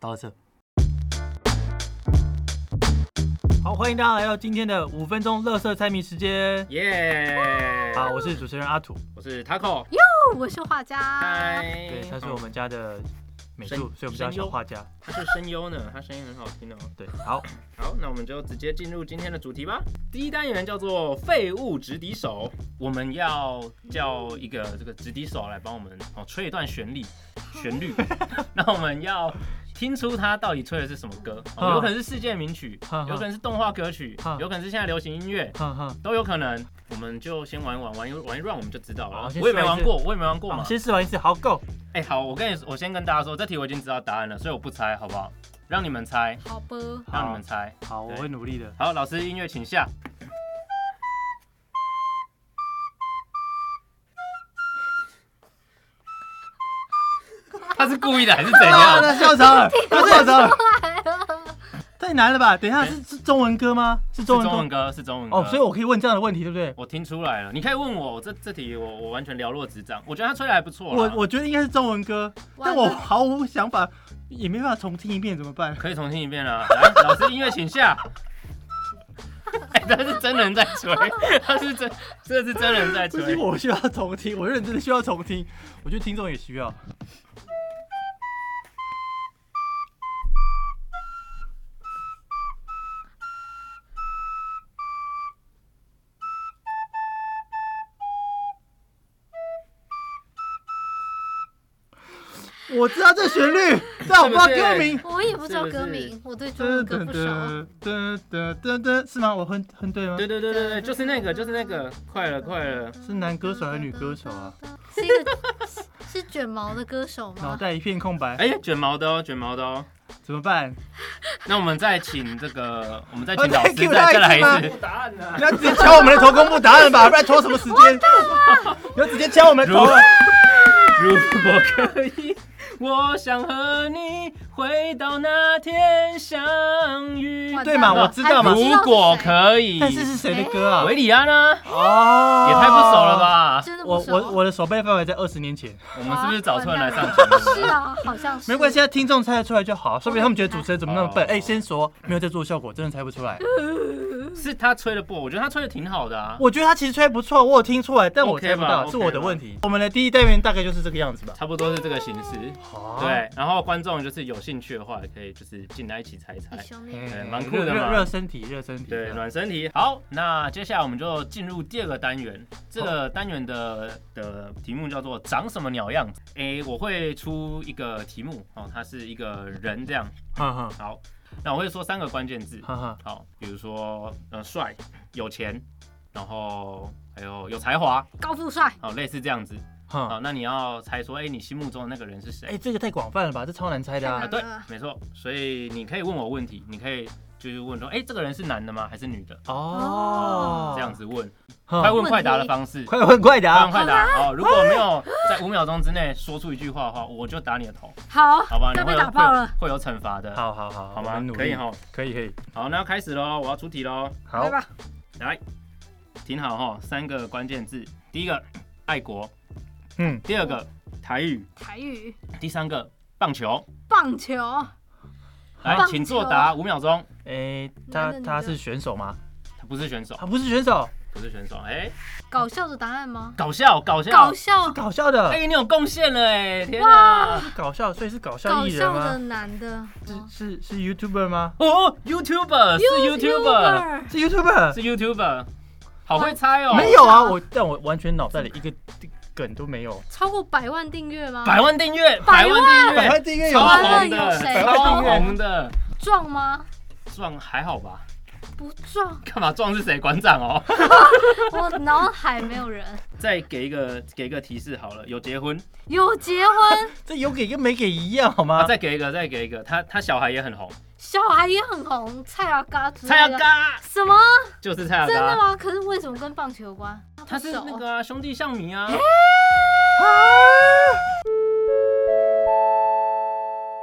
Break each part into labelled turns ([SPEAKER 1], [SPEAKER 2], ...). [SPEAKER 1] 到这。好，欢迎大家来到今天的五分钟乐色猜谜时间。
[SPEAKER 2] 耶！
[SPEAKER 1] 好，我是主持人阿土，
[SPEAKER 2] 我是 Taco，
[SPEAKER 3] 我是画家，
[SPEAKER 2] 嗨，
[SPEAKER 1] 对，他是我们家的美术，
[SPEAKER 2] 声
[SPEAKER 1] 所以我们叫
[SPEAKER 2] 声优
[SPEAKER 1] 小画家。
[SPEAKER 2] 他是声优呢，他声音很好听哦。
[SPEAKER 1] 对，好，
[SPEAKER 2] 好，那我们就直接进入今天的主题吧。第一单元叫做废物直笛手，我们要叫一个这个直笛手来帮我们哦吹一段旋律，旋律。那我们要听出他到底吹的是什么歌，哦、
[SPEAKER 1] 嗯
[SPEAKER 2] 有可能是世界名曲
[SPEAKER 1] 嗯，嗯
[SPEAKER 2] 有可能是动画歌曲
[SPEAKER 1] 嗯，
[SPEAKER 2] 有可能是现在流行音乐。
[SPEAKER 1] 哼哼，
[SPEAKER 2] 都有可能，我们就先玩一玩，玩一玩一 round 我们就知道
[SPEAKER 1] 好
[SPEAKER 2] 了。
[SPEAKER 1] 先
[SPEAKER 2] 我也没
[SPEAKER 1] 试玩
[SPEAKER 2] 玩
[SPEAKER 1] 一次
[SPEAKER 2] 过，我也没玩过
[SPEAKER 1] 好
[SPEAKER 2] 嘛。
[SPEAKER 1] 先试完一次，好够。
[SPEAKER 2] 哎、好，我跟你，我先跟大家说，这题我已经知道答案了，所以我不猜，好不好？让你们猜，
[SPEAKER 3] 好吧，
[SPEAKER 2] 让你们猜。
[SPEAKER 1] 好，我
[SPEAKER 2] 对
[SPEAKER 1] 会努力的。
[SPEAKER 2] 好，老师，音乐请下。 他是故意的还是怎
[SPEAKER 1] 啊，
[SPEAKER 2] 样？
[SPEAKER 1] 那笑场了，那笑场了， 太难了吧？等一下是是中文歌吗？ 是
[SPEAKER 2] 哎是
[SPEAKER 1] 中文
[SPEAKER 2] 中文
[SPEAKER 1] 歌
[SPEAKER 2] 歌，是中文歌。
[SPEAKER 1] 哦，所以我可以问这样的问题，对不对？
[SPEAKER 2] 我听出来了。你可以问我，我这这题我我完全了若指掌。我觉得他吹的还不错啦。
[SPEAKER 1] 我我觉得应该是中文歌，但我毫无想法，也没办法重听一遍，怎么办？
[SPEAKER 2] 可以重听一遍啊。来， 老师，音乐请下。哎、他是真人在吹， 他是真，这是真人在
[SPEAKER 1] 不
[SPEAKER 2] 吹。
[SPEAKER 1] 是我需要重听，我认真的需要重听，我觉得听众也需要。我知道这旋 律，但我不知道歌名。
[SPEAKER 3] 我也不知道歌
[SPEAKER 2] 是
[SPEAKER 3] 名，我对中文
[SPEAKER 1] 噔
[SPEAKER 3] 歌
[SPEAKER 1] 噔
[SPEAKER 3] 不啊熟。
[SPEAKER 1] 噔噔噔噔噔，是吗？我哼哼对吗？
[SPEAKER 2] 对对对对对，就是那个，就是那个，快了快了，
[SPEAKER 1] 是男歌手还是女歌手啊？
[SPEAKER 3] 是一个是是卷毛的歌手
[SPEAKER 1] 脑
[SPEAKER 3] 吗？
[SPEAKER 1] 袋一片空白，
[SPEAKER 2] 哎、卷毛的哦，卷毛的哦。
[SPEAKER 1] 怎么办？
[SPEAKER 2] 那我们再请这个，我们再请
[SPEAKER 1] 再
[SPEAKER 2] 老师
[SPEAKER 1] cue
[SPEAKER 2] 再再
[SPEAKER 1] 他
[SPEAKER 2] 来
[SPEAKER 1] 一次吗
[SPEAKER 2] 一次。答案呢
[SPEAKER 1] 你要直接敲我们的头公布答案吧，不然拖什么时间？你要直接敲我们的头啊！
[SPEAKER 2] 如果可以，我想和你回到那天相遇。啊
[SPEAKER 3] 哇
[SPEAKER 1] 对嘛，我知道嘛
[SPEAKER 3] 还哎不。知
[SPEAKER 2] 如果可以，
[SPEAKER 1] 但是是谁的歌啊？
[SPEAKER 2] 维里安呢？
[SPEAKER 1] 哦
[SPEAKER 2] 哎也太不熟了！吧？
[SPEAKER 3] 真的
[SPEAKER 1] 我
[SPEAKER 3] 不熟。
[SPEAKER 1] 我我的手背范围在二十年前，
[SPEAKER 2] 我们是不是找错人来上
[SPEAKER 3] 完
[SPEAKER 2] 节
[SPEAKER 3] 蛋了
[SPEAKER 2] 目？
[SPEAKER 3] 是啊，好像是。
[SPEAKER 1] 没关系，啊，听众猜得出来就好，说不定他们觉得主持人怎么那么笨
[SPEAKER 2] 哦。
[SPEAKER 1] 哎，先说没有在做效果，真的猜不出来。
[SPEAKER 2] 是他吹的不好？我觉得他吹的挺好的啊，
[SPEAKER 1] 我觉得他其实吹不错，我有听出来，但我
[SPEAKER 2] OK
[SPEAKER 1] 猜不
[SPEAKER 2] 吧
[SPEAKER 1] 到，
[SPEAKER 2] 哦，OK
[SPEAKER 1] 是我的问题。我们的第一单元大概就是这个样子吧。
[SPEAKER 2] 差不多是这个形式。
[SPEAKER 1] 好
[SPEAKER 2] 哦对，然后观众就是有兴趣的话，也可以就是进来一起猜一猜
[SPEAKER 3] 弟。兄妹
[SPEAKER 1] 哎
[SPEAKER 2] 蛮酷的嘛
[SPEAKER 1] 热热身体，热身体。
[SPEAKER 2] 对，暖身题。好，那接下来我们就进入第二个单元。这个单元的的题目叫做“长什么鸟样子”。诶，我会出一个题目哦，它是一个人这样。
[SPEAKER 1] 哈哈
[SPEAKER 2] 好，那我会说三个关键字。
[SPEAKER 1] 哈哈，
[SPEAKER 2] 好，比如说呃，帅、有钱，然后还有有才华，
[SPEAKER 3] 高富帅，
[SPEAKER 2] 好，类似这样子。好，
[SPEAKER 1] 哈。
[SPEAKER 2] 那你要猜说，诶，哎你心目中的那个人是谁？
[SPEAKER 1] 嗯哎，这个太广泛了吧？这超难猜的
[SPEAKER 2] 啊，
[SPEAKER 1] 啊。
[SPEAKER 2] 对，没错。所以你可以问我问题，你可以就是问说，哎、这个人是男的吗？还是女的？
[SPEAKER 1] 哦，
[SPEAKER 2] 这样子哦问，
[SPEAKER 1] 哈。
[SPEAKER 2] 快问快答的方式。
[SPEAKER 1] 快啊问快
[SPEAKER 2] 快
[SPEAKER 1] 答。
[SPEAKER 2] 问快 答哦！如果没有在五秒钟之内说出一句话的话，我就打你的头，
[SPEAKER 3] 好，
[SPEAKER 2] 好吧？你
[SPEAKER 3] 要
[SPEAKER 2] 会
[SPEAKER 3] 被
[SPEAKER 2] 有
[SPEAKER 3] 打爆了，
[SPEAKER 2] 会有会有惩罚的，
[SPEAKER 1] 好好好，
[SPEAKER 2] 好
[SPEAKER 1] 我
[SPEAKER 2] 吗
[SPEAKER 1] 们努？力
[SPEAKER 2] 可以哈。
[SPEAKER 1] 可以可以，
[SPEAKER 2] 好，那要开始喽，我要出题喽，
[SPEAKER 1] 好
[SPEAKER 3] 来，吧，
[SPEAKER 2] 来，挺好哈。三个关键字，第一个爱国，
[SPEAKER 1] 嗯，
[SPEAKER 2] 第二个台语，
[SPEAKER 3] 台语、
[SPEAKER 2] 第三个棒球。
[SPEAKER 3] 棒球，
[SPEAKER 2] 来
[SPEAKER 3] 棒，球
[SPEAKER 2] 请作答五秒钟。
[SPEAKER 1] 诶，
[SPEAKER 3] 男
[SPEAKER 1] 他
[SPEAKER 3] 的女
[SPEAKER 1] 他
[SPEAKER 3] 的
[SPEAKER 1] 是选手吗？
[SPEAKER 2] 他不是选手，
[SPEAKER 1] 他不是选手，
[SPEAKER 2] 不是选手，哎、
[SPEAKER 3] 搞笑的答案吗？
[SPEAKER 2] 搞笑，搞笑，
[SPEAKER 3] 搞笑，
[SPEAKER 1] 搞笑的，
[SPEAKER 2] 哎、你有贡献了哎、天哪！
[SPEAKER 1] 搞笑，所以是搞笑
[SPEAKER 3] 搞
[SPEAKER 1] 艺人
[SPEAKER 3] 笑的
[SPEAKER 1] 吗？
[SPEAKER 3] 男的，
[SPEAKER 1] 是是是 YouTuber 吗？
[SPEAKER 2] 哦，YouTuber 是 YouTuber，
[SPEAKER 3] YouTuber
[SPEAKER 1] 是 YouTuber？
[SPEAKER 2] 是 YouTuber，好会猜哦，
[SPEAKER 1] 没有啊，我但我完全脑袋里一个梗都没有。
[SPEAKER 3] 超过百万订阅吗？
[SPEAKER 2] 百万订阅，
[SPEAKER 3] 百
[SPEAKER 2] 万
[SPEAKER 3] 万
[SPEAKER 2] 订
[SPEAKER 1] 百
[SPEAKER 2] 阅，
[SPEAKER 1] 万订阅有
[SPEAKER 2] 超
[SPEAKER 3] 百万
[SPEAKER 2] 红
[SPEAKER 3] 订阅有
[SPEAKER 2] 的，
[SPEAKER 3] 谁
[SPEAKER 2] 超红的，
[SPEAKER 3] 撞吗？
[SPEAKER 2] 撞还好吧？
[SPEAKER 3] 不撞，
[SPEAKER 2] 干嘛撞是谁？馆长哦。
[SPEAKER 3] 我脑海没有人。
[SPEAKER 2] 再给一个给一个提示好了，有结婚
[SPEAKER 3] 有结婚，
[SPEAKER 1] 这有给跟没给一样好
[SPEAKER 2] 啊，
[SPEAKER 1] 吗？
[SPEAKER 2] 再给一个，再给一个，他他小孩也很红，
[SPEAKER 3] 小孩也很红，蔡阿嘎之类
[SPEAKER 2] 蔡
[SPEAKER 3] 的。
[SPEAKER 2] 雅嘎
[SPEAKER 3] 什么？
[SPEAKER 2] 就是蔡雅
[SPEAKER 3] 啊真的
[SPEAKER 2] 嘎，
[SPEAKER 3] 吗？可是为什么跟棒球有关？
[SPEAKER 2] 他是那个啊兄弟像迷
[SPEAKER 3] 哎
[SPEAKER 2] 啊。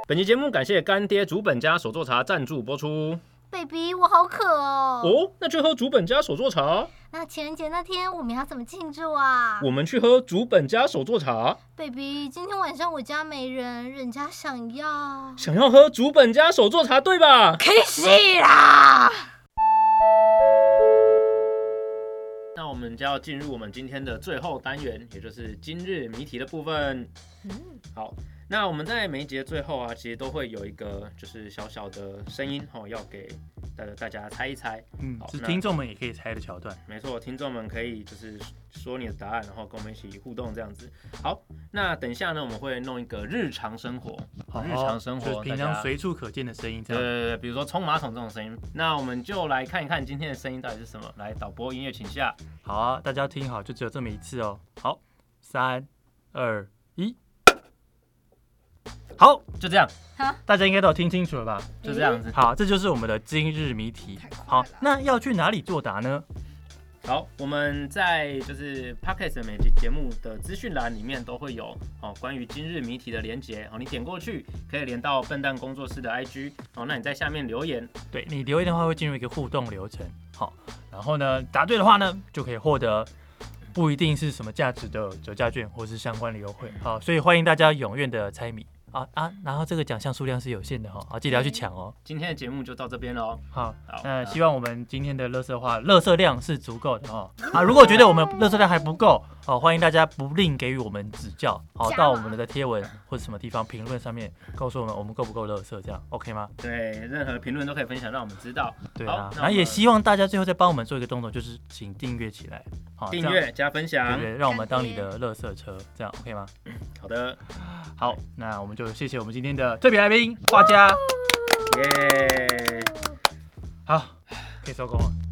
[SPEAKER 2] 本期节目感谢干爹竹本家手作茶赞助播出。
[SPEAKER 3] baby，我好渴哦。
[SPEAKER 2] 哦，那就喝竹本家手作茶。
[SPEAKER 3] 那情人节那天我们要怎么庆祝啊
[SPEAKER 2] 我们去喝竹本家手作茶，
[SPEAKER 3] ？baby，今天晚上我家没人，人家想要。
[SPEAKER 2] 想要喝竹本家手作茶，对吧？
[SPEAKER 3] 可以洗啦！
[SPEAKER 2] 那我们就要进入我们今天的最后单元，也就是今日谜题的部分。
[SPEAKER 3] 嗯，
[SPEAKER 2] 好，那我们在每一集的最后啊，其实都会有一个就是小小的声音哦，要给大大家猜一猜。
[SPEAKER 1] 嗯
[SPEAKER 2] 好，
[SPEAKER 1] 是
[SPEAKER 2] 那
[SPEAKER 1] 听众们也可以猜的桥段。
[SPEAKER 2] 没错，听众们可以就是说你的答案，然后跟我们一起互动这样子。好，那等一下呢，我们会弄一个日常生活，
[SPEAKER 1] 好，
[SPEAKER 2] 日常生活
[SPEAKER 1] 就是平常
[SPEAKER 2] 大家
[SPEAKER 1] 随处可见的声音，这
[SPEAKER 2] 对
[SPEAKER 1] 样。
[SPEAKER 2] 对对，比如说冲马桶这种声音，那我们就来看一看今天的声音到底是什么。来，导播音乐请下。
[SPEAKER 1] 好啊，大家听好，就只有这么一次哦。好，三、二、一。好，
[SPEAKER 2] 就这样，
[SPEAKER 1] 大家应该都有听清楚了吧？
[SPEAKER 2] 就这样子。
[SPEAKER 1] 好，这就是我们的今日谜题
[SPEAKER 4] 太快。
[SPEAKER 1] 好
[SPEAKER 4] 了，
[SPEAKER 1] 那要去哪里作答呢？
[SPEAKER 2] 好，我们在就是 podcast 的每集节目的资讯栏里面都会有哦，关于今日谜题的连结哦，你点过去可以连到笨蛋工作室的 IG 哦，那你在下面留言，
[SPEAKER 1] 对你留言的话，会进入一个互动流程。好，然后呢，答对的话呢，就可以获得不一定是什么价值的折价券或是相关的优惠。好，所以欢迎大家踊跃的猜谜啊啊！然后这个奖项数量是有限的哈、哦，好，记得要去抢哦。
[SPEAKER 2] 今天的节目就到这边喽。
[SPEAKER 1] 好，
[SPEAKER 2] 好，
[SPEAKER 1] 那希
[SPEAKER 2] 望
[SPEAKER 1] 望我们今天的乐色话，乐色量是足够的哦。啊，如果觉得我们乐色量还不够，哦，欢迎大家不吝给予我们指教，好、
[SPEAKER 3] 加码
[SPEAKER 1] 到我们的贴文或者什么地方评论上面告诉我们我们够不够乐色，这样 OK 吗？
[SPEAKER 2] 对任何评论都可以分享，让我们知道
[SPEAKER 1] 对
[SPEAKER 2] 好
[SPEAKER 1] 啊，
[SPEAKER 2] 那
[SPEAKER 1] 然后
[SPEAKER 2] 我
[SPEAKER 1] 也
[SPEAKER 2] 们
[SPEAKER 1] 希望大家最后再帮我们做一个动作，就是请订阅起来，好，
[SPEAKER 2] 订
[SPEAKER 1] 这样
[SPEAKER 2] 阅加分
[SPEAKER 1] 对
[SPEAKER 2] 享
[SPEAKER 1] 不。对？让我们当你
[SPEAKER 3] 干
[SPEAKER 1] 的乐色车，这样 OK 吗？
[SPEAKER 2] 好的，
[SPEAKER 1] 好，那我们就谢谢我们今天的特别来宾画家，
[SPEAKER 2] 耶、
[SPEAKER 1] 好，可以收工了。